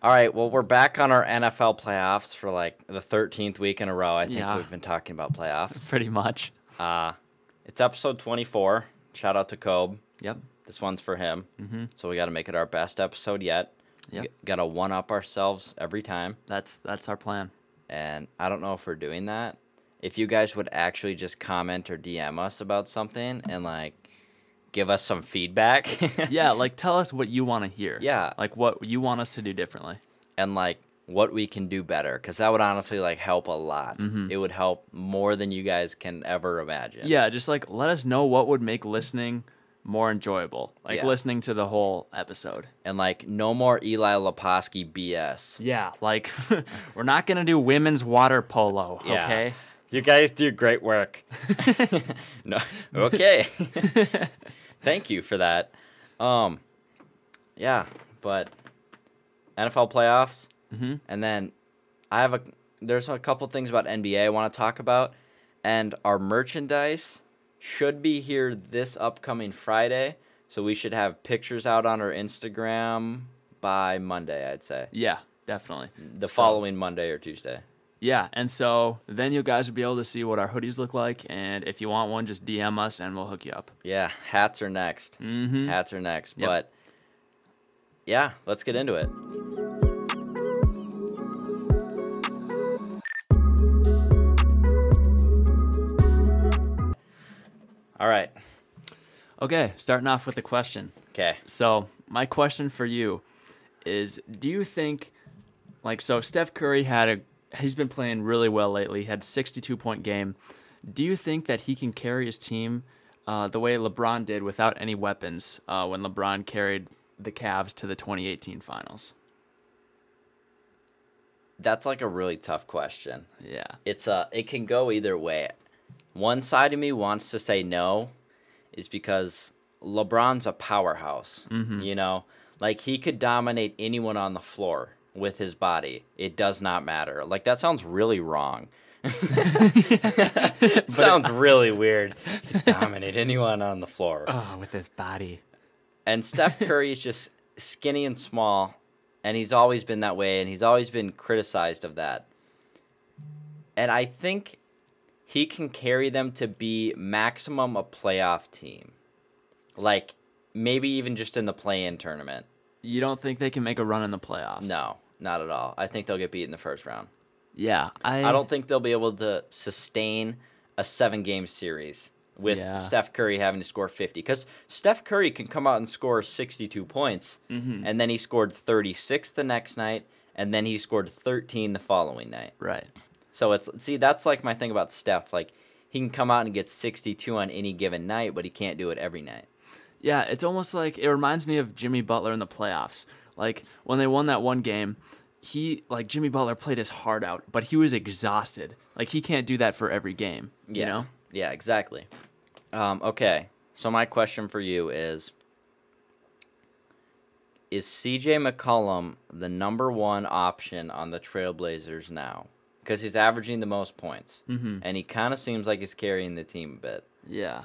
All right, well, we're back on our NFL playoffs for like the 13th week in a row. I think Yeah. we've been talking about playoffs. Pretty much. Uh, it's episode 24. Shout out to Kobe. Yep. This one's for him. Mm-hmm. So we got to make it our best episode yet. Yep. Got to one up ourselves every time. That's that's our plan. And I don't know if we're doing that. If you guys would actually just comment or DM us about something and like give us some feedback. Yeah, like tell us what you want to hear. Yeah. Like what you want us to do differently. and like what we can do better because that would honestly like help a lot it would help more than you guys can ever imagine Yeah, just like let us know what would make listening more enjoyable. Like Yeah. listening to the whole episode. and like no more eli Leposky bs Yeah, like we're not going to do women's water polo, Yeah. okay? you guys do great work no okay thank you for that um yeah but nfl playoffs mm-hmm. and then i have a there's a couple things about nba i want to talk about and our merchandise should be here this upcoming friday so we should have pictures out on our instagram by monday i'd say Yeah, definitely. the So- following monday or tuesday Yeah, and so then you guys will be able to see what our hoodies look like and if you want one just DM us and we'll hook you up. Yeah, hats are next. Mm-hmm. Hats are next. Yep. But yeah, let's get into it. All right. Okay, starting off with the question. Okay. So my question for you is: Do you think, like, so Steph Curry had a he's been playing really well lately. Had sixty two point game. Do you think that he can carry his team uh, the way LeBron did without any weapons uh, when LeBron carried the Cavs to the twenty eighteen Finals? That's like a really tough question. Yeah. It's a it can go either way. One side of me wants to say no is because LeBron's a powerhouse. You know, like he could dominate anyone on the floor with his body. It does not matter. Like that sounds really wrong. sounds really weird. He'd dominate anyone on the floor. Oh, with his body. And Steph Curry is just skinny and small, and he's always been that way, and he's always been criticized of that. And I think he can carry them to be maximum a playoff team. Like maybe even just in the play in tournament. You don't think they can make a run in the playoffs? No, not at all. I think they'll get beat in the first round. Yeah, I, I don't think they'll be able to sustain a seven game series with Yeah. Steph Curry having to score 50. Because Steph Curry can come out and score 62 points, and then he scored 36 the next night, and then he scored 13 the following night. Right. So it's, see, that's like my thing about Steph. Like, he can come out and get 62 on any given night, but he can't do it every night. Yeah, it's almost like it reminds me of Jimmy Butler in the playoffs. Like when they won that one game, he like Jimmy Butler played his heart out, but he was exhausted. Like he can't do that for every game. You know? Yeah, exactly. Um, okay. So my question for you is Is CJ McCollum the number one option on the Trailblazers now? Because he's averaging the most points. Mm-hmm. And he kind of seems like he's carrying the team a bit. Yeah.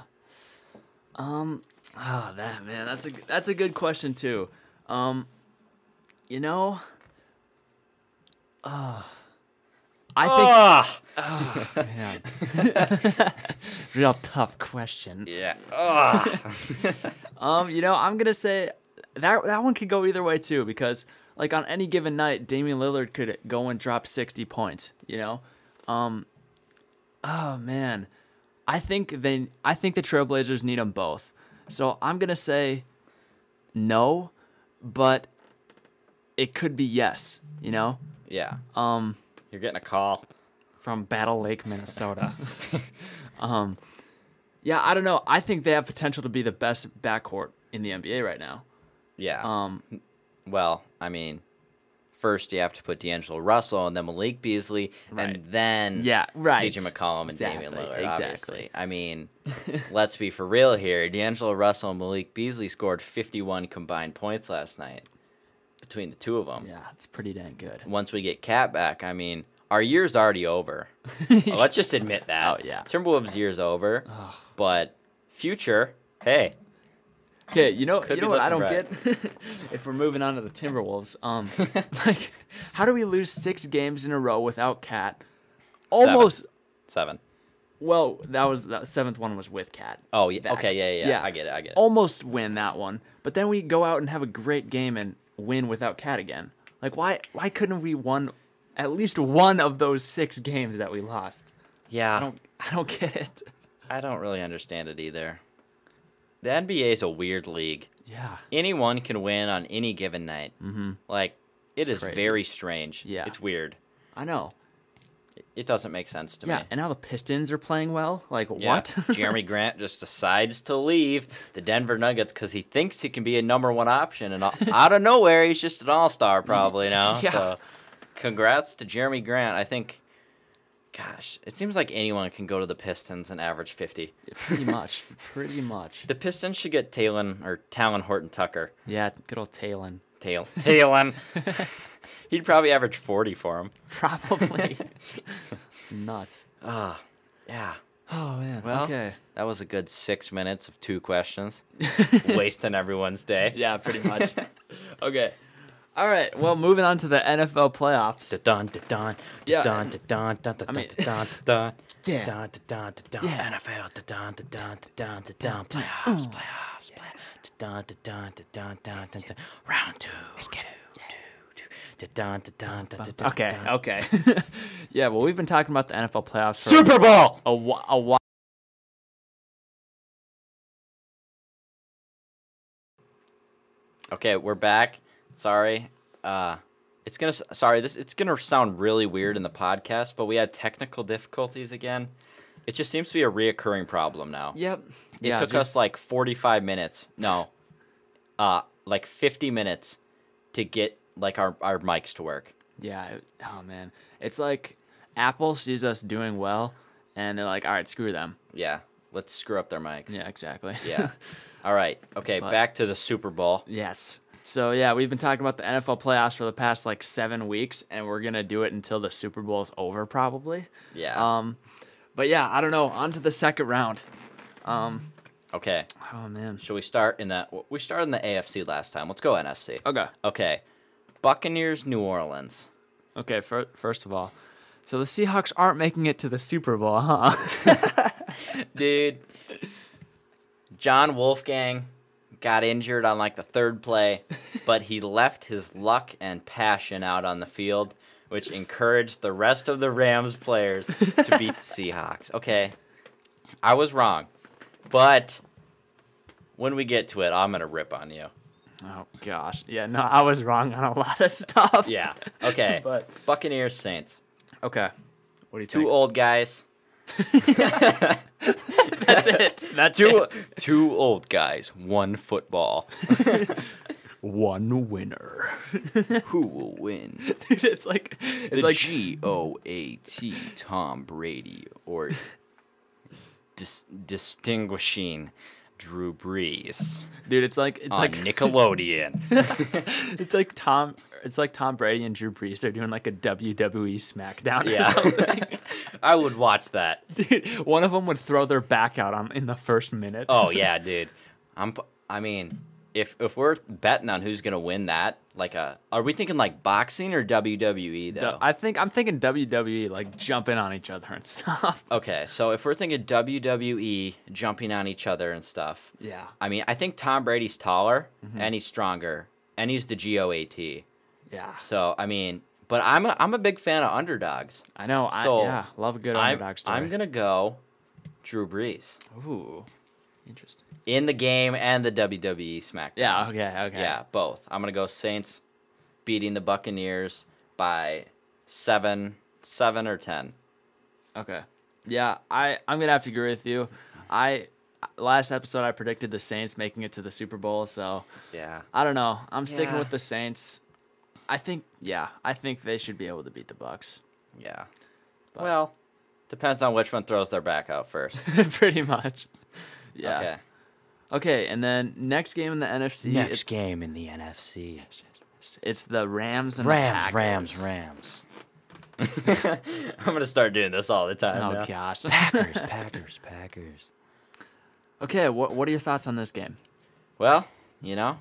Um. Oh, that man, that's a that's a good question too. Um, you know. Uh, I think Ah! Man. Real tough question. Yeah. Ah! Um, you know, I'm gonna say that that one could go either way too, because like on any given night, Damian Lillard could go and drop 60 points. You know, um, oh man, I think they, I think the Trailblazers need them both. So I'm gonna say no, but it could be yes. You know, yeah. Um, You're getting a call. from Battle Lake, Minnesota. um, yeah, I don't know. I think they have potential to be the best backcourt in the NBA right now. Yeah. Um, Well, I mean, first you have to put D'Angelo Russell and then Malik Beasley Right. and then Yeah, right. CJ McCollum and Damian Exactly, Lillard, exactly. obviously. I mean, let's be for real here. D'Angelo Russell and Malik Beasley scored 51 combined points last night between the two of them. Yeah, it's pretty dang good. Once we get Cat back, I mean, our year's already over. Oh, let's just admit that. Oh, yeah. Timberwolves' year's over. But future, hey, Okay, you know, Could you be know what I don't looking get. if we're moving on to the Timberwolves, um, like, how do we lose six games in a row without Cat? Almost. Seven. Well, that was the seventh one was with Cat. Oh, yeah. Back. Okay. Yeah, yeah. Yeah. Oh. Yeah. I get it. I get it. Almost win that one, but then we go out and have a great game and win without Cat again. Like, why? Why couldn't we won at least one of those six games that we lost? yeah. I don't. I don't get it. I don't really understand it either. The NBA is a weird league. Yeah. Anyone can win on any given night. Mm-hmm. Like it is crazy. very strange. Yeah. It's weird. I know. It doesn't make sense to Yeah, me. and now the Pistons are playing well. Like Yeah, what? Jeremy Grant just decides to leave the Denver Nuggets because he thinks he can be a number one option, and out- out of nowhere, he's just an all star probably now. Yeah. So, congrats to Jeremy Grant. I think, gosh, it seems like anyone can go to the Pistons and average fifty. pretty much. Pretty much. The Pistons should get Talon or Talon Horton Tucker. Yeah, good old Talon. Tail Talon. He'd probably average forty for him. Probably. it's nuts. Ah, yeah. Oh man. Well, okay. that was a good six minutes of two questions, wasting everyone's day. Yeah, pretty much. okay. All right. Well, moving on to the NFL playoffs. Dun dun dun Yeah, dun dun and- dun dun dun mean- dun dun Yeah. dun dun dun Yeah. NFL dun dun dun dun dun dun playoffs playoffs playoffs dun dun dun dun dun dun dun round two two two two dun dun dun dun Okay. Okay. yeah. Well, we've been talking about the NFL playoffs for Super Bowl a while. A while. Okay, we're back. Sorry. Uh it's going to sorry, this it's going to sound really weird in the podcast, but we had technical difficulties again. It just seems to be a reoccurring problem now. Yep. It took us like 45 minutes. No. Uh like 50 minutes to get like our our mics to work. Yeah. it- Oh man. It's like Apple sees us doing well, and they're like, "All right, screw them." Yeah. Let's screw up their mics. Yeah. Exactly. Yeah. All right. Okay, back to the Super Bowl. Yes. So yeah, we've been talking about the NFL playoffs for the past like seven weeks, and we're gonna do it until the Super Bowl is over, probably. Yeah. Um, but yeah, I don't know. On to the second round. okay. Oh man. Should we start in that we started in the AFC last time. Let's go NFC. Okay. Okay. Buccaneers, New Orleans. Okay. Fir- first of all, so the Seahawks aren't making it to the Super Bowl, huh? Dude. John Wolfgang got injured on like the third play, but he left his luck and passion out on the field, which encouraged the rest of the Rams players to beat the Seahawks. Okay. I was wrong. But when we get to it, I'm going to rip on you. oh gosh. Yeah. No, I was wrong on a lot of stuff. Yeah. Okay. But- Buccaneers, Saints. Okay. What do you Two think? old guys. That's it. That's Two, it. two old guys, one football. One winner. Who will win? Dude, it's like it's like G O A T Tom Brady or dis- distinguishing Drew Brees dude, it's like it's on like Nickelodeon. It's like Tom. It's like Tom Brady and Drew Brees. They're doing like a WWE SmackDown. Yeah. yeah, I would watch that. One of them would throw their back out on in the first minute. Oh yeah, dude. I'm. p- I mean, if if we're betting on who's gonna win that, like a, are we thinking like boxing or WWE Du- though? I think I'm thinking WWE, like jumping on each other and stuff. okay, so if we're thinking WWE jumping on each other and stuff, Yeah. I mean, I think Tom Brady's taller Mm-hmm. and he's stronger and he's the GOAT. Yeah. So I mean, but I'm a, I'm a big fan of underdogs. I know. I, So, yeah. Love a good I'm, underdog story. I'm gonna go Drew Brees Ooh. Interesting. in the game and the WWE SmackDown. Yeah. Okay. Okay. yeah, both. I'm gonna go Saints beating the Buccaneers by seven, seven or ten. Okay. Yeah. I I'm gonna have to agree with you. I last episode I predicted the Saints making it to the Super Bowl, so Yeah, I don't know. I'm sticking Yeah. with the Saints. I think yeah, I think they should be able to beat the Bucks. yeah. well, depends on which one throws their back out first. Pretty much. Yeah. Okay. Okay. and then next game in the NFC it's, game in the NFC. it's the Rams and the Packers. Rams. I'm gonna start doing this all the time. Oh now. gosh. Packers, Packers, Packers. okay, what what are your thoughts on this game? Well, you know,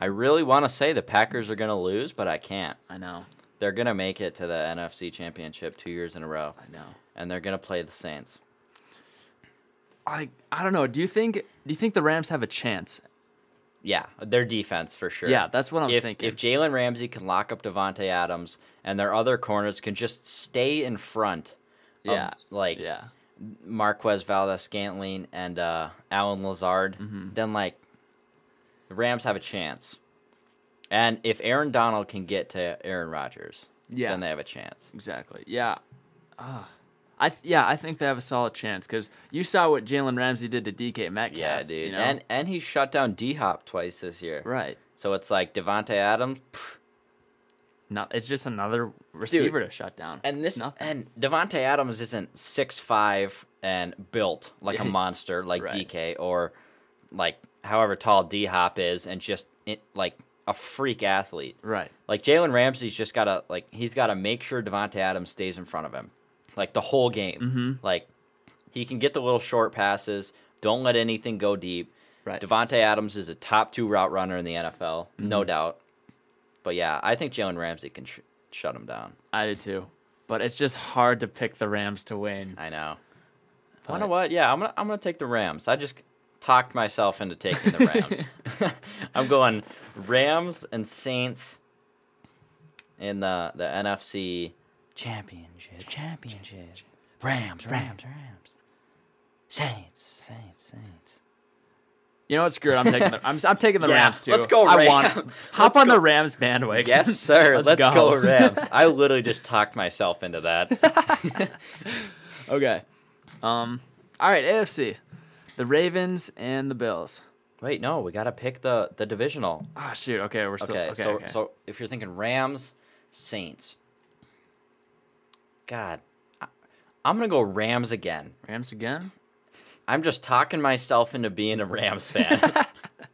I really want to say the Packers are going to lose, but I can't. I know. They're going to make it to the NFC Championship two years in a row, I know. and they're going to play the Saints. I I don't know. Do you think do you think the Rams have a chance? Yeah, their defense for sure. Yeah, that's what I'm if, thinking. If Jalen Ramsey can lock up Devonte Adams and their other corners can just stay in front, of, Yeah. like yeah. Marquez Valdez Scantling and uh, Alan Lazard, Mm-hmm. then like the Rams have a chance. And if Aaron Donald can get to Aaron Rodgers, Yeah. then they have a chance. Exactly. Yeah. Uh, I th- yeah, I think they have a solid chance because you saw what Jalen Ramsey did to DK Metcalf. Yeah, you dude. know? And and he shut down D Hop twice this year. right. So it's like Devonte Adams, pff, Not it's just another receiver to shut down. and this It's nothing. and Devonte Adams isn't six five and built like a monster like Right. DK or like however tall D Hop is and just it, like a freak athlete. right. Like Jalen Ramsey's just gotta like he's gotta make sure Devonte Adams stays in front of him, like the whole game. Like he can get the little short passes. Don't let anything go deep. Right. Devonte Adams is a top two route runner in the NFL, no doubt. But yeah, I think Jalen Ramsey can sh- shut him down. I did too. But it's just hard to pick the Rams to win. I know. I know what? Yeah, I'm gonna I'm gonna take the Rams. I just talked myself into taking the Rams. I'm going Rams and Saints in the the NFC championship. Championship. Rams, Rams, Rams. Saints, Saints, Saints. You know what? Screw it. I'm taking the I'm, I'm taking the Yeah, Rams too. let's go I Rams. want it. hop on the Rams bandwagon. Yes, sir. Let's Let's, go. go. Rams. I literally just talked myself into that. okay. Um. All right. AFC, the Ravens and the Bills. Wait, no, we gotta pick the the divisional. Ah, shoot. Okay, we're still Okay, okay. so okay. so if you're thinking Rams, Saints, God, I, I'm gonna go Rams again. Rams again. I'm just talking myself into being a Rams fan.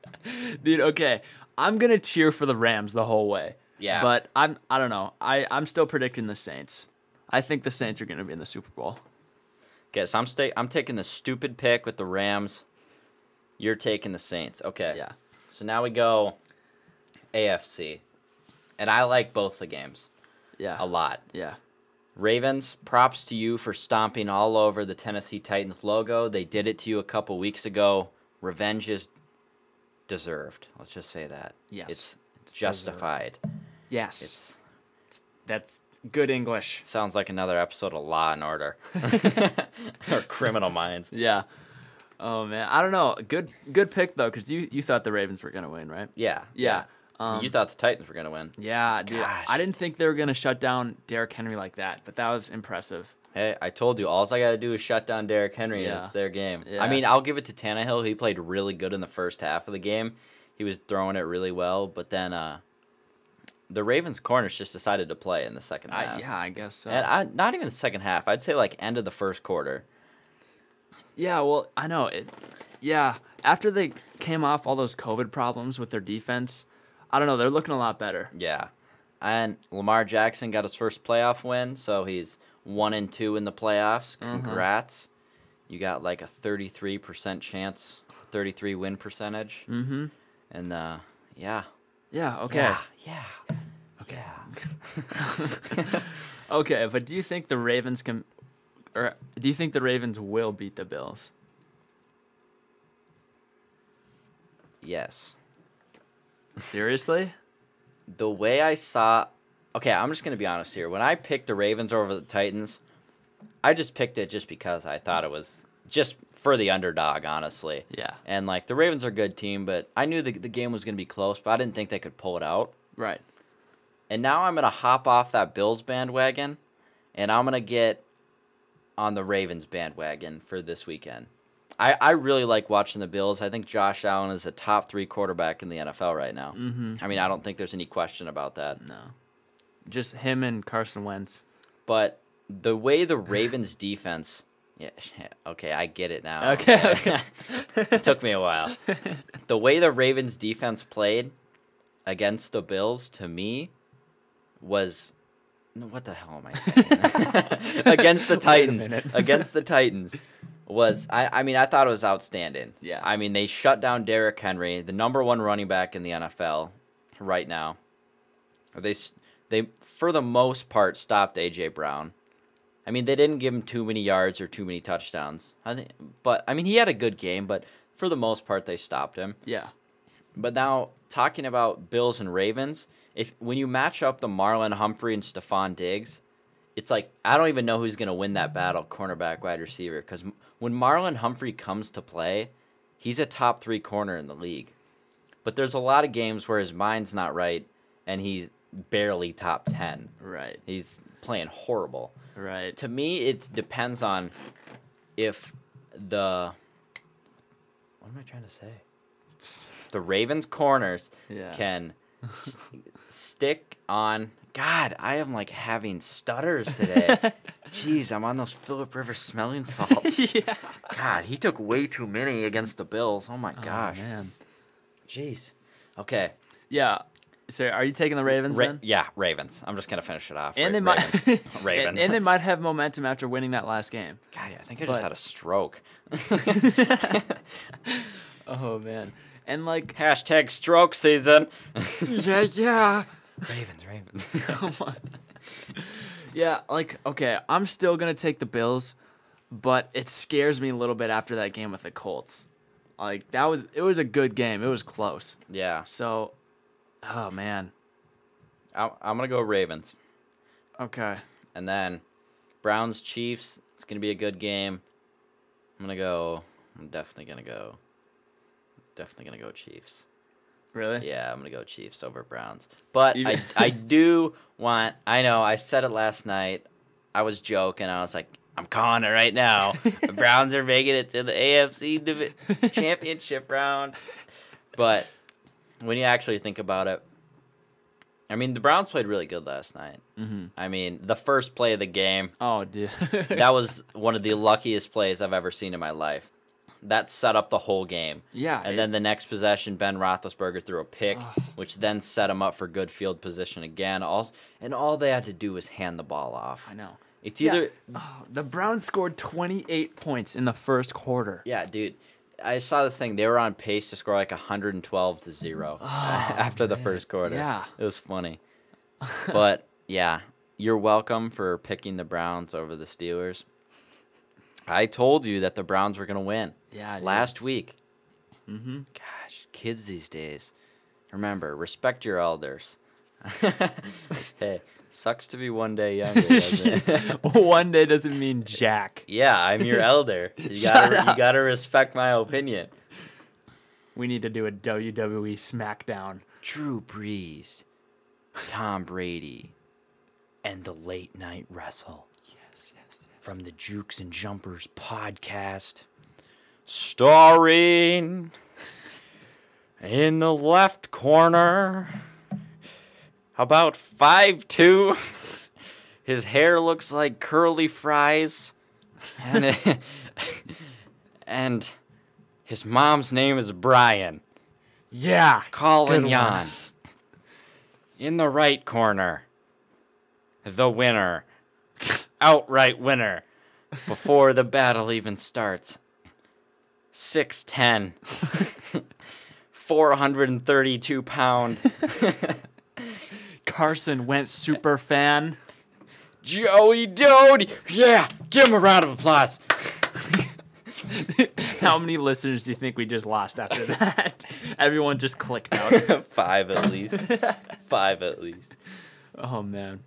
Dude, okay. I'm gonna cheer for the Rams the whole way. Yeah. But I'm I don't know. I, I'm still predicting the Saints. I think the Saints are gonna be in the Super Bowl. okay, so I'm stay, I'm taking the stupid pick with the Rams. You're taking the Saints. Okay. Yeah. So now we go AFC, and I like both the games Yeah. a lot. Yeah. Ravens, props to you for stomping all over the Tennessee Titans logo. They did it to you a couple weeks ago. Revenge is deserved. Let's just say that. Yes, It's, it's justified. Yes. It's That's good English. sounds like another episode of Law and Order or Criminal Minds. Yeah. Oh man. I don't know. Good good pick though, because you, you thought the Ravens were gonna win, right? Yeah. Yeah. Um, you thought the Titans were going to win. yeah, dude. Gosh. I didn't think they were gonna shut down Derrick Henry like that, but that was impressive. Hey, I told you, all I got to do is shut down Derrick Henry, and Yeah. it's their game. Yeah. I mean, I'll give it to Tannehill. He played really good in the first half of the game. He was throwing it really well, but then uh, the Ravens' corners just decided to play in the second half. I, yeah, I guess so. And I, not even the second half. I'd say like end of the first quarter. Yeah, well, I know it. Yeah, after they came off all those COVID problems with their defense, I don't know. They're looking a lot better. Yeah. And Lamar Jackson got his first playoff win, so he's one and two in the playoffs. Mm-hmm. Congrats. You got like a thirty three percent chance, thirty three win percentage. Mm. Mm-hmm. And uh yeah. Yeah. Okay. Yeah, yeah. Okay. okay, but do you think the Ravens can, or do you think the Ravens will beat the Bills? Yes. Seriously? The way I saw Okay, I'm just gonna be honest here. When I picked the Ravens over the Titans, I just picked it just because I thought it was just for the underdog, honestly. Yeah. And like the Ravens are a good team, but I knew the, the game was going to be close, but I didn't think they could pull it out. Right. And now I'm going to hop off that Bills bandwagon and I'm going to get on the Ravens bandwagon for this weekend. I, I really like watching the Bills. I think Josh Allen is a top three quarterback in the NFL right now. Mm-hmm. I mean, I don't think there's any question about that. No. Just him and Carson Wentz. But the way the Ravens defense. Yeah, okay, I get it now. Okay, it took me a while. The way the Ravens defense played against the Bills to me was no, what the hell am I saying? against the Titans. minute. Against the Titans was I, I mean I thought it was outstanding. Yeah. I mean they shut down Derrick Henry, the number one running back in the NFL right now. They s- they for the most part stopped AJ Brown. I mean they didn't give him too many yards or too many touchdowns. I think, but I mean he had a good game, but for the most part they stopped him. Yeah. But now talking about Bills and Ravens, if when you match up the Marlon Humphrey and Stephon Diggs, it's like I don't even know who's going to win that battle, cornerback, wide receiver, because when Marlon Humphrey comes to play, he's a top three corner in the league. But there's a lot of games where his mind's not right, and he's barely top ten. Right. He's playing horrible Right. to me it depends on if the what am i trying to say the ravens corners Yeah. can s- stick on god i am like having stutters today jeez i'm on those philip rivers smelling salts yeah. god he took way too many against the bills oh my gosh man. jeez okay Yeah. So are you taking the Ravens Ra- then? yeah ravens i'm just gonna finish it off And Ra- they might ravens, and- ravens. And, they might have momentum after winning that last game. god i think i just but- had a stroke Oh man. And like Hashtag stroke season. Yeah, yeah. Ravens, Ravens. Come on. yeah, like okay, I'm still gonna take the Bills, but it scares me a little bit after that game with the Colts. Like that was it was a good game. It was close. yeah, So, oh man. I'm, I'm gonna go Ravens, Okay. and then Browns, Chiefs. It's gonna be a good game. I'm gonna go. I'm definitely gonna go. Definitely gonna go Chiefs. Really? Yeah, I'm gonna go Chiefs over Browns. But You- I, I do want. I know I said it last night. I was joking. I was like, I'm calling it right now. The Browns are making it to the AFC divi- championship round. But when you actually think about it, I mean, the Browns played really good last night. Mm-hmm. I mean, the first play of the game, Oh, dude. that was one of the luckiest plays I've ever seen in my life. That set up the whole game. yeah. And then the next possession, Ben Roethlisberger threw a pick, which then set him up for good field position again. All and all they had to do was hand the ball off. I know. It's Yeah. either Oh, the Browns scored 28 points in the first quarter. yeah, dude. I saw this thing. They were on pace to score like 112 to zero after the first quarter. Oh, Yeah. it was funny. but yeah, you're welcome for picking the Browns over the Steelers. I told you that the Browns were gonna win. Yeah. dude. last week. Mm-hmm. Gosh, kids these days. Remember, respect your elders. hey, sucks to be one day younger. doesn't it? One day doesn't mean jack. yeah, I'm your elder. You Shut gotta, you up. gotta respect my opinion. We need to do a WWE SmackDown. Drew Brees, Tom Brady, and the late night wrestle Yes, yes, yes. from the Jukes and Jumpers podcast, starring in the left corner, about five two. His hair looks like curly fries, and, and his mom's name is Brian. Yeah. Colin Good one. Yon. In the right corner, the winner, outright winner, before the battle even starts. 6'10, 432 pound, Carson went super fan. Joey Doty. Yeah, give him a round of applause. How many listeners do you think we just lost after that? Everyone just clicked out. Five at least. Five at least. Oh man.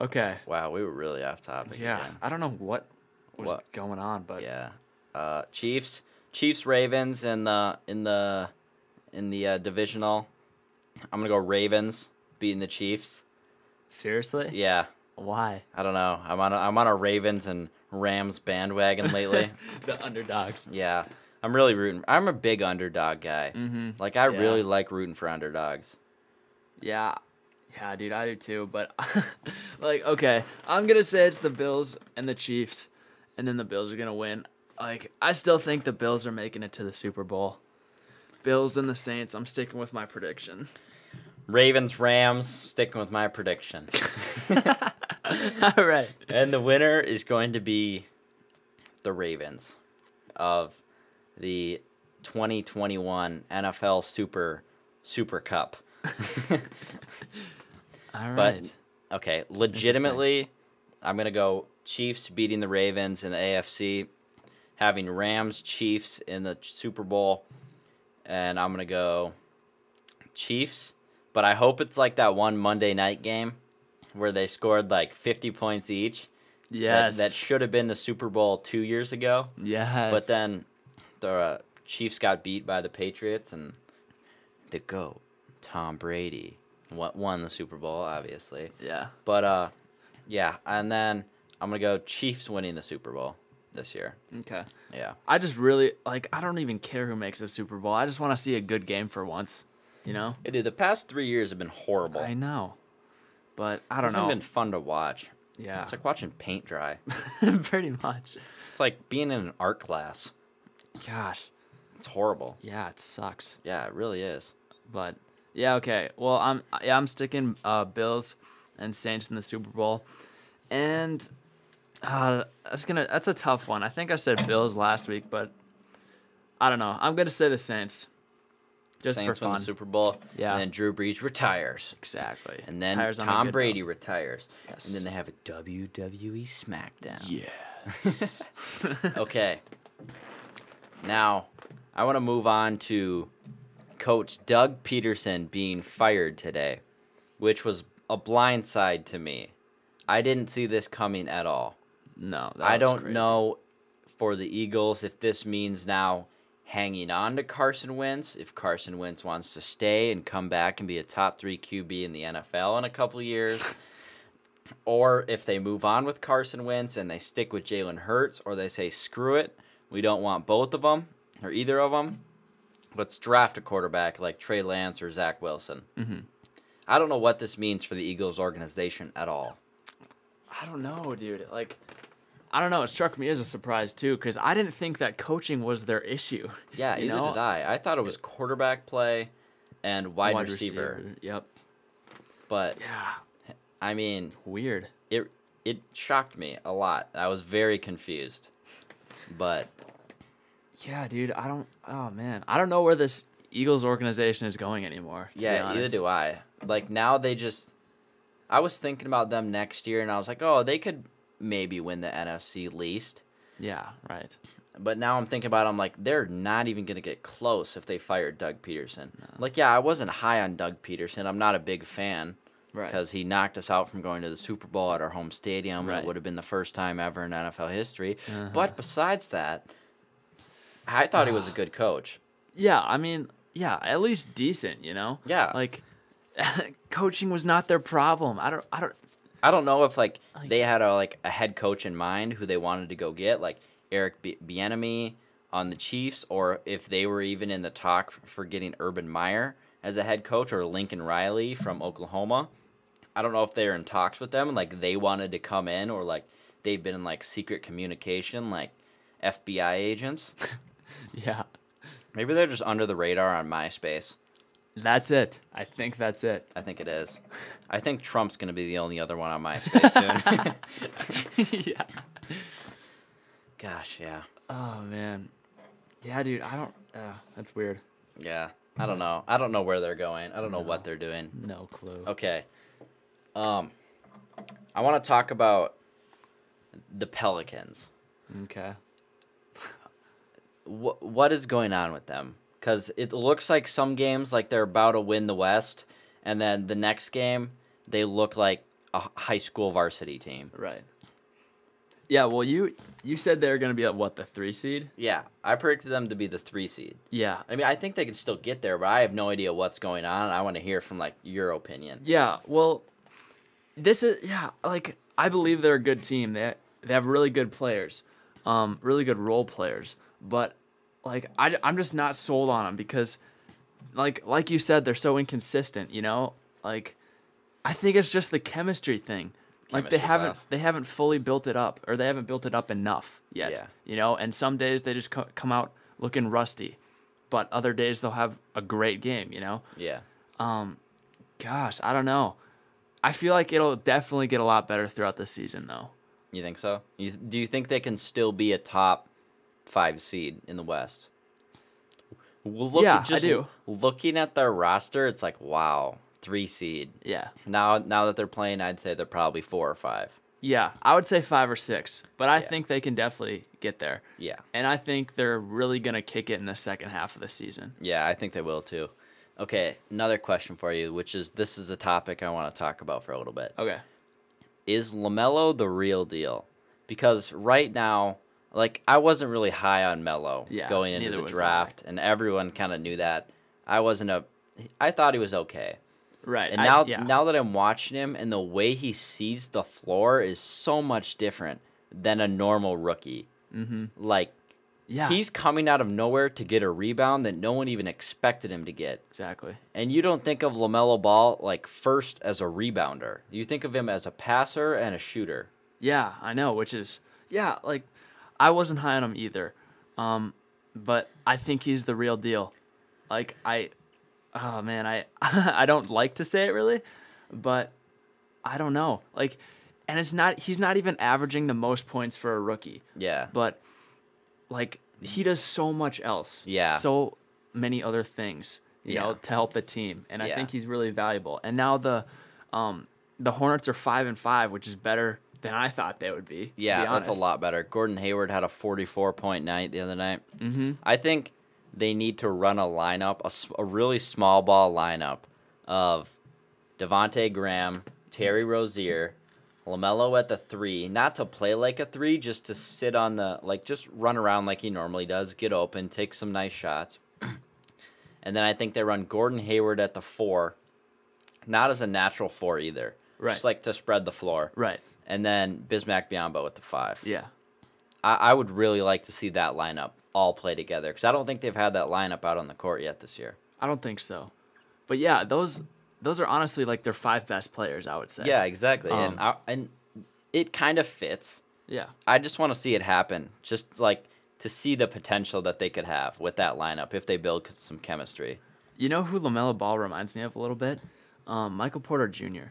Okay. Wow, we were really off topic. Yeah. again. I don't know what was What? going on, but Yeah. Uh, Chiefs, Chiefs, Ravens, and the in the in the uh, divisional. I'm gonna go Ravens beating the Chiefs. seriously? Yeah, Why? I don't know. I'm on a, I'm on a Ravens and Rams bandwagon lately. the underdogs. yeah, I'm really rooting. I'm a big underdog guy. Mm-hmm. Like I Yeah. really like rooting for underdogs. Yeah. Yeah, dude, I do too, but like okay, I'm going to say it's the Bills and the Chiefs and then the Bills are going to win. Like I still think the Bills are making it to the Super Bowl. Bills and the Saints, I'm sticking with my prediction. Ravens, Rams, sticking with my prediction. All right. and the winner is going to be the Ravens of the 2021 NFL Super Super Cup. All right. But okay, legitimately, I'm gonna go Chiefs beating the Ravens in the AFC, having Rams Chiefs in the Super Bowl, and I'm gonna go Chiefs. But I hope it's like that one Monday night game where they scored like 50 points each. That- yes. That, should have been the Super Bowl two years ago. yes. But then the uh, Chiefs got beat by the Patriots, and the GOAT, Tom Brady, wa- won the Super Bowl, obviously. yeah. But uh, yeah, and then I'm gonna go Chiefs winning the Super Bowl this year. Okay. Yeah, I just really like. I don't even care who makes the Super Bowl. I just want to see a good game for once. You know. Hey, dude, the past three years have been horrible. I know. But I don't It's not know. been fun to watch. yeah. It's like watching paint dry. Pretty much. It's like being in an art class. Gosh. It's horrible. Yeah, it sucks. Yeah, it really is. But yeah, okay. Well, I'm yeah, I'm sticking uh, Bills and Saints in the Super Bowl, and uh, that's gonna that's a tough one. I think I said Bills last week, but I don't know. I'm gonna say the Saints, just Saints for win fun. the Super Bowl. Yeah. And then Drew Brees retires. exactly. And then Tires on a Tom good Brady note. retires. Yes. And then they have a WWE SmackDown. Yeah. okay. Now, I want to move on to Coach Doug Peterson being fired today, which was a blindside to me. I didn't see this coming at all. No, that I was don't crazy. know for the Eagles if this means now hanging on to Carson Wentz, if Carson Wentz wants to stay and come back and be a top three QB in the NFL in a couple of years, or if they move on with Carson Wentz and they stick with Jalen Hurts, or they say, screw it, we don't want both of them or either of them. Let's draft a quarterback like Trey Lance or Zach Wilson. Mm-hmm. I don't know what this means for the Eagles organization at all. I don't know, dude. Like, I don't know. It struck me as a surprise too, because I didn't think that coaching was their issue. Yeah, you either know? did I. I thought it was quarterback play and wide, receiver. Yep. But Yeah. I mean, Weird. it it shocked me a lot. I was very confused. But Yeah, dude. I don't. Oh man, I don't know where this Eagles organization is going anymore. to be yeah, neither honest. do I. Like now they just I was thinking about them next year and I was like, "Oh, they could maybe win the NFC least." Yeah. Right. But now I'm thinking about it, I'm like, they're not even going to get close if they fire Doug Peterson. Like, yeah, I wasn't high on Doug Peterson. I'm not a big fan. Right. because he knocked us out from going to the Super Bowl at our home stadium. Right. Uh-huh. It would have been the first time ever in NFL history. But besides that, I thought he was a Ah. good coach. Yeah. I mean, yeah. At least decent. You know. Yeah. Like, coaching was not their problem. I don't. I don't. I don't know if like they had a like a head coach in mind who they wanted to go get, like Eric B- Bieniemy on the Chiefs, or if they were even in the talk f- for getting Urban Meyer as a head coach or Lincoln Riley from Oklahoma. I don't know if they're in talks with them and like they wanted to come in or like they've been in like secret communication, like FBI agents. Yeah. Maybe they're just under the radar on MySpace. That's it. I think that's it. I think it is. I think Trump's gonna be the only other one on MySpace soon. yeah. Gosh, yeah. Oh man. Yeah, dude. I don't. Uh, that's weird. Yeah. I don't know. I don't know where they're going. I don't know what they're doing. Mm-hmm. No clue. Okay. Um I want to talk about the Pelicans. Okay. Wh- what is going on with them? Cuz it looks like some games like they're about to win the West and then the next game they look like a h- high school varsity team. Right. Yeah. Well, you you said they're gonna be at what the three seed. Yeah, I predicted them to be the 3 seed. Yeah. I mean, I think they can still get there, but I have no idea what's going on. I want to hear from like your opinion. Yeah, well, this is yeah. Like I believe they're a good team. They they have really good players, um, really good role players. But like I I'm just not sold on them because, like like you said, they're so inconsistent. You know, like I think it's just the chemistry thing. Like they Chemistry's haven't off. they haven't fully built it up, or they haven't built it up enough yet. Yeah. You know, and some days they just co- come out looking rusty, but other days they'll have a great game. You know Yeah. gosh, I don't know. I feel like it'll definitely get a lot better throughout the season, though. You think so? You, do you think they can still be a top five seed in the West? Well, look, Yeah, I just do. Looking at their roster, it's like wow, three seed. Yeah. Now, now that they're playing, I'd say they're probably four or five. Yeah, I would say five or six, but I Yeah. think they can definitely get there. Yeah, And I think they're really going to kick it in the second half of the season. yeah, I think they will too. Okay, another question for you, which is this is a topic I want to talk about for a little bit. Okay. is LaMelo the real deal? Because right now, like I wasn't really high on Melo Yeah, going into neither the was I. draft, and everyone kind of knew that. I wasn't a. I thought he was okay, Right. and I- now yeah. now that I'm watching him, and the way he sees the floor is so much different than a normal rookie. Mm-hmm. Like yeah, he's coming out of nowhere to get a rebound that no one even expected him to get. exactly. And you don't think of LaMelo Ball like first as a rebounder. You think of him as a passer and a shooter. Yeah, I know, which is yeah, like I wasn't high on him either. Um, but I think he's the real deal. Like I oh man, I I don't like to say it really, but I don't know. Like and it's not he's not even averaging the most points for a rookie. Yeah. But like he does so much else. Yeah. So many other things, you Yeah. know, to help the team. And I Yeah. think he's really valuable. And now the um the Hornets are five and five, which is better than I thought they would be. to be yeah, that's a honest. lot better. Gordon Hayward had a 44 point night the other night. Mm-hmm. I think they need to run a lineup, a, s- a really small ball lineup of Devonte Graham, Terry Rozier, LaMelo at the three, not to play like a three, just to sit on the, like, just run around like he normally does, get open, take some nice shots. and then I think they run Gordon Hayward at the four, not as a natural four either. Right. Just like to spread the floor. Right. and then Bismack Biyombo with the five. Yeah. I, I would really like to see that lineup all play together because I don't think they've had that lineup out on the court yet this year. I don't think so. But yeah, those those are honestly like their five best players, I would say. Yeah, exactly, and Um, I, and it kind of fits. Yeah. I just want to see it happen, just like to see the potential that they could have with that lineup if they build c- some chemistry. You know who LaMelo Ball reminds me of a little bit? Um, Michael Porter Jr.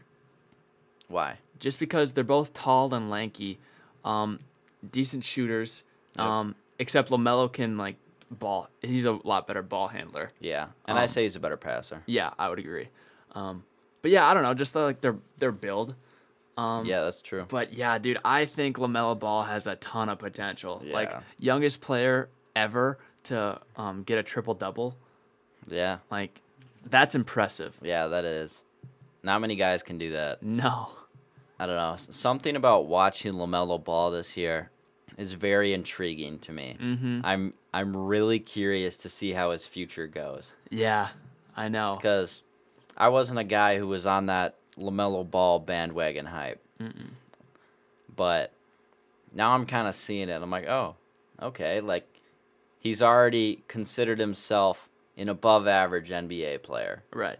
Why? just because they're both tall and lanky, um, decent shooters. Um, except Lamelo can like ball. He's a lot better ball handler. Yeah, and I Um, say he's a better passer. Yeah, I would agree. Um, but yeah, I don't know. Just like their their build. yeah, that's true. But yeah, dude, I think Lamelo Ball has a ton of potential. Like Yeah. youngest player ever to um, get a triple double. Yeah, Like that's impressive. yeah, that is. Not many guys can do that. No. I don't know. s- Something about watching Lamelo Ball this year is very intriguing to me. Mm-hmm. I'm I'm really curious to see how his future goes Yeah, I know. because I wasn't a guy who was on that Lamelo Ball bandwagon hype, but now I'm kind of seeing it. I'm like, oh, okay, like he's already considered himself an above average NBA player. Right.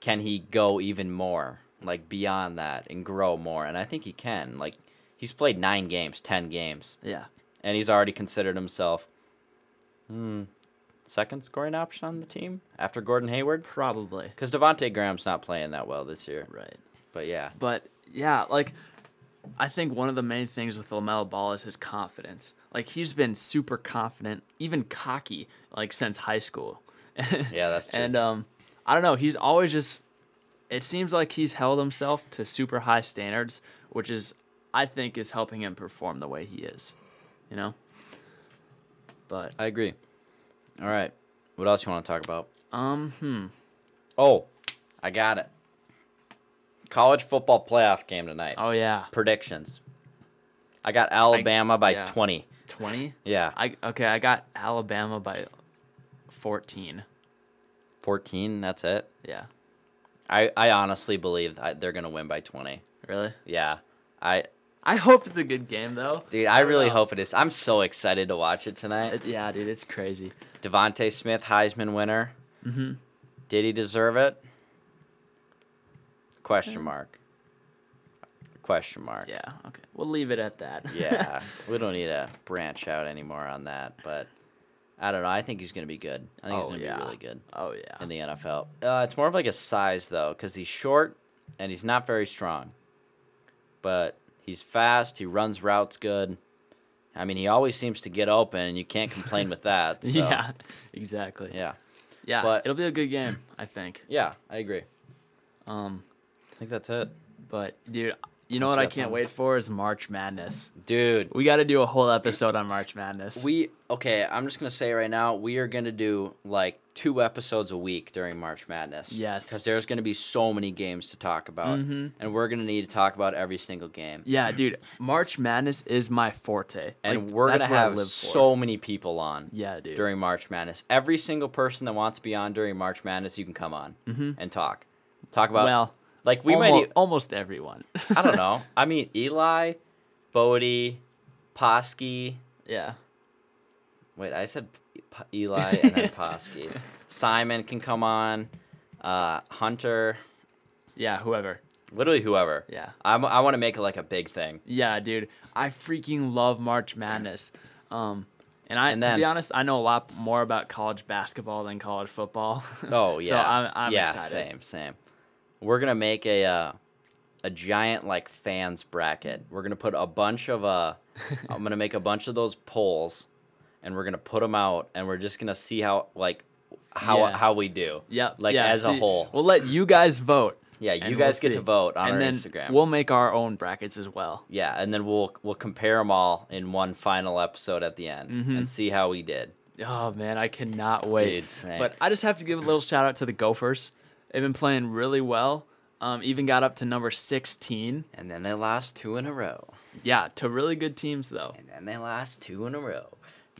Can he go even more, like beyond that, and grow more? And I think he can. Like he's played nine games, ten games, Yeah. and he's already considered himself hmm, second scoring option on the team after Gordon Hayward. Probably. Because Devonte Graham's not playing that well this year, Right. but yeah, But yeah, like I think one of the main things with Lamelo Ball is his confidence. Like he's been super confident, even cocky, like since high school. yeah, that's true. and um, I don't know. He's always just. It seems like he's held himself to super high standards, which is, I think, is helping him perform the way he is. You know. But I agree. All right, what else you want to talk about? um, hmm. Oh, I got it. College football playoff game tonight. Oh yeah, Predictions. I got Alabama by yeah. twenty. twenty. Yeah, I okay. I got Alabama by fourteen. fourteen. That's it. Yeah. I, I honestly believe that they're gonna win by 20. Really. Yeah, I I hope it's a good game though. dude, I don't really know. hope it is. I'm so excited to watch it tonight. It- yeah, dude, it's crazy. Devonte Smith Heisman winner. Mm-hmm. Did he deserve it? Question mark. Question mark. Yeah. Okay. We'll leave it at that. yeah. We don't need to branch out anymore on that, but I don't know. I think he's gonna be good. I think Oh, he's gonna yeah. be really good oh yeah. in the NFL. Uh, it's more of like a size though, because he's short and he's not very strong, but He's fast. He runs routes good. I mean, he always seems to get open, and you can't complain with that. so, Yeah, exactly. Yeah, yeah, but- but, it'll be a good game, I think. yeah. I agree. Um, I think that's it, but dude, you know what I Step can't on. wait for is March Madness. dude. We got to do a whole episode on March Madness. We okay. I'm just gonna say right now, we are gonna do like two episodes a week during March Madness. Yes. Mm-hmm. because there's gonna be so many games to talk about, and we're gonna need to talk about every single game. yeah, dude, March Madness is my forte, and Like, we're that's gonna what I have live for. so many people on. Yeah, dude. During March Madness, every single person that wants to be on during March Madness, you can come on and talk, talk about. Mm-hmm. well, like we almost, might. e- almost everyone. I don't know. I mean, Eli, Bodie, Posky. yeah, Wait, I said P- P- Eli and then Posky. Simon can come on. Uh, Hunter, yeah, whoever. literally whoever. Yeah. I'm, I want to make it like a big thing. Yeah, dude, I freaking love March Madness. Um, and I, And to then- be honest, I know a lot more about college basketball than college football. Oh yeah. so I'm, I'm yeah, excited. same, same. We're gonna make a uh, a giant like fans bracket. We're gonna put a bunch of uh, I'm gonna make a bunch of those polls, and we're gonna put them out, and we're just gonna see how like how Yeah. how we do. Yep. Like yeah, as a see, whole. We'll let you guys vote. yeah, you and we'll guys get see. to vote on and our then Instagram. We'll make our own brackets as well. Yeah, and then we'll we'll compare them all in one final episode at the end Mm-hmm. and see how we did. Oh man, I cannot wait. Dude, same. But I just have to give a little shout out to the Gophers. They've been playing really well. Um, even got up to number 16. And then they lost two in a row. Yeah, to really good teams though. And then they lost two in a row.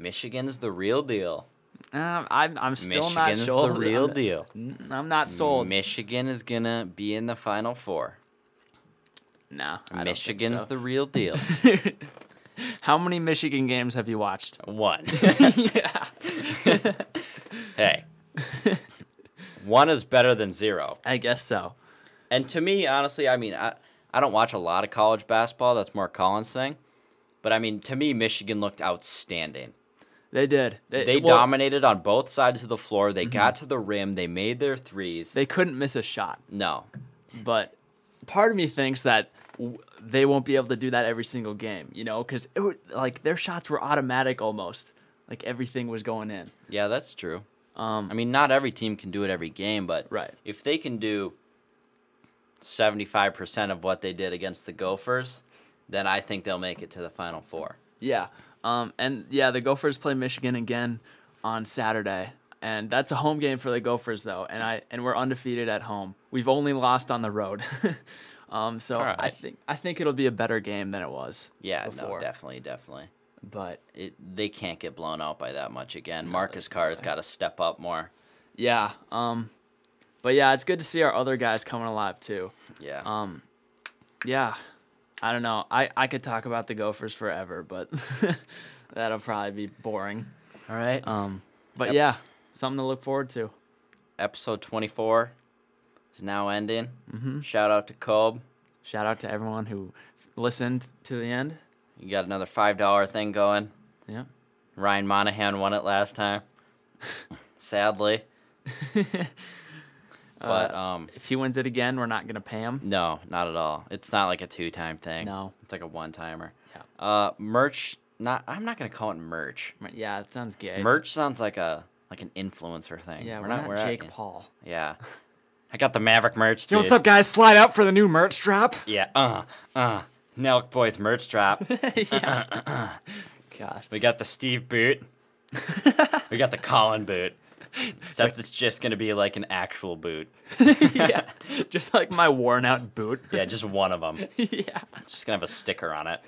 Michigan's the real deal. Um, I'm I'm still uh, Michigan's not sure. the real I'm- deal. I'm not sold. Michigan is gonna be in the final four. nah, I don't think Michigan's so. the real deal. How many Michigan games have you watched? One. yeah. hey. One is better than zero. I guess so. And to me, honestly, I mean, I, I don't watch a lot of college basketball. That's more Collins' thing. But I mean, to me, Michigan looked outstanding. They did. They well, Mm-hmm. dominated on both sides of the floor. They got to the rim. They made their threes. They couldn't miss a shot. no. but part of me thinks that w- they won't be able to do that every single game, you know, because it was, like their shots were automatic almost, like everything was going in. Yeah, that's true. Um, I mean, not every team can do it every game, but Right. if they can do 75% of what they did against the Gophers, then I think they'll make it to the Final Four. yeah, um, and yeah, the Gophers play Michigan again on Saturday, and that's a home game for the Gophers though, and I and we're undefeated at home. We've only lost on the road, um, so All right. I think I think it'll be a better game than it was. Yeah, no, before. definitely, definitely. But It, they can't get blown out by that much again. Marcus Carr's got to step up more. yeah, um, but yeah, it's good to see our other guys coming alive too. Yeah. Um, yeah, I don't know. I, I could talk about the Gophers forever, but that'll probably be boring. All right. Um, but Yep. yeah, something to look forward to. Episode 24 is now ending. Mm-hmm. Shout out to Cobb. Shout out to everyone who listened to the end. You got another $5 thing going. Yeah, Ryan Monahan won it last time, sadly. Uh, but um, if he wins it again, we're not gonna pay him. no, not at all. It's not like a two-time thing. No. it's like a one-timer. Yeah. Uh, merch. Not. I'm not gonna call it merch. Yeah, that sounds gay. It's- merch sounds like a like an influencer thing. Yeah, we're, not, we're Jake Paul. Yeah. I got the Maverick merch. Dude. guys? Slide up for the new merch drop. Yeah. Uh. Uh. Nelk Boys merch drop. God, we got the Steve boot. we got the Colin boot. Except it's just gonna be like an actual boot. yeah, just like my worn out boot. Yeah, just one of them. yeah. It's just gonna have a sticker on it.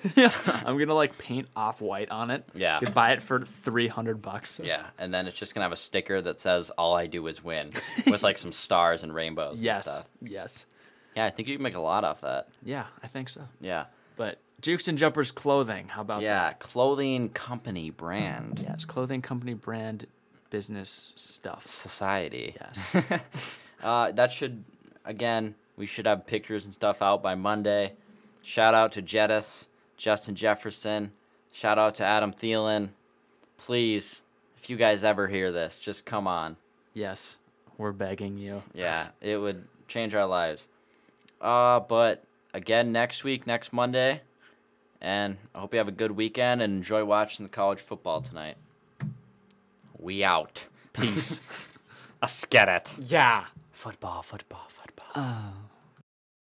I'm gonna like paint off white on it. Yeah. You buy it for three hundred bucks. Yeah, and then it's just gonna have a sticker that says "All I do is win" with like some stars and rainbows. Yes. And stuff. Yes. Yeah, I think you can make a lot off that. Yeah, I think so. Yeah. But Jukes and Jumpers clothing, how about Yeah, that? clothing company brand Yes, clothing company brand business stuff. society. Yes. Uh, that should again, we should have pictures and stuff out by Monday. Shout out to Jettis, Justin Jefferson. Shout out to Adam Thielen. Please, if you guys ever hear this, just come on. yes. We're begging you. Yeah, it would change our lives. Uh, but again, next week, next Monday, And I hope you have a good weekend and enjoy watching the college football tonight. We out. Peace. Let's get it. Yeah. Football, football, football. Oh.